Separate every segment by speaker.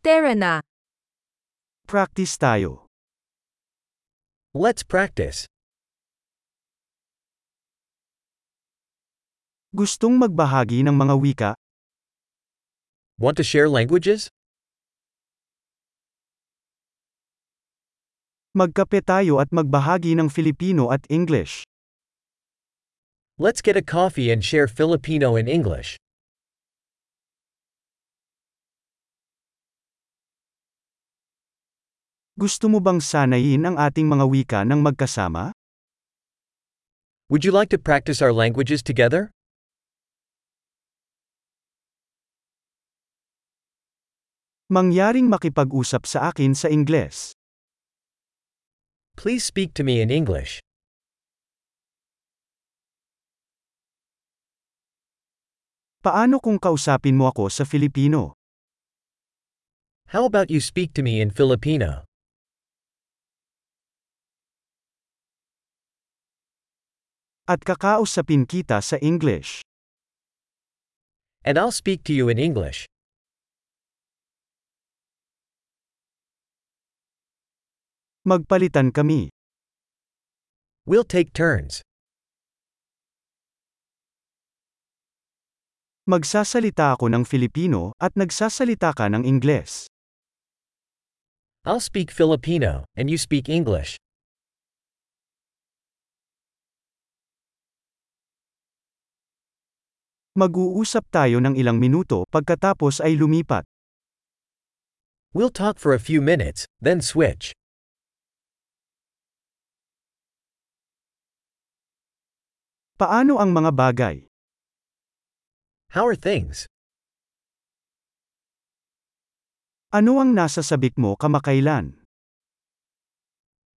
Speaker 1: Tara na.
Speaker 2: Practice tayo.
Speaker 3: Let's practice.
Speaker 2: Gustong magbahagi ng mga wika,
Speaker 3: Want to share languages?
Speaker 2: magkape tayo at magbahagi ng Filipino at English.
Speaker 3: Let's get a coffee and share Filipino and English.
Speaker 2: Gusto mo bang sanayin ang ating mga wika ng magkasama?
Speaker 3: Would you like to practice our languages together?
Speaker 2: Mangyaring makipag-usap sa akin sa Ingles.
Speaker 3: Please speak to me in English.
Speaker 2: Paano kung kausapin mo ako sa Filipino?
Speaker 3: How about you speak to me in Filipino?
Speaker 2: At kakausapin kita sa English.
Speaker 3: And I'll speak to you in English.
Speaker 2: Magpalitan kami.
Speaker 3: We'll take turns.
Speaker 2: Magsasalita ako ng Filipino at nagsasalita ka ng Ingles.
Speaker 3: I'll speak Filipino, and you speak English.
Speaker 2: Mag-uusap tayo ng ilang minuto pagkatapos ay lumipat.
Speaker 3: We'll talk for a few minutes, then switch.
Speaker 2: Paano ang mga bagay?
Speaker 3: How are things?
Speaker 2: Ano ang nasa sabik mo kamakailan?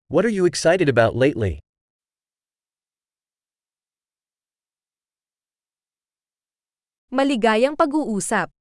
Speaker 3: What are you excited about lately?
Speaker 1: Maligayang pag-uusap.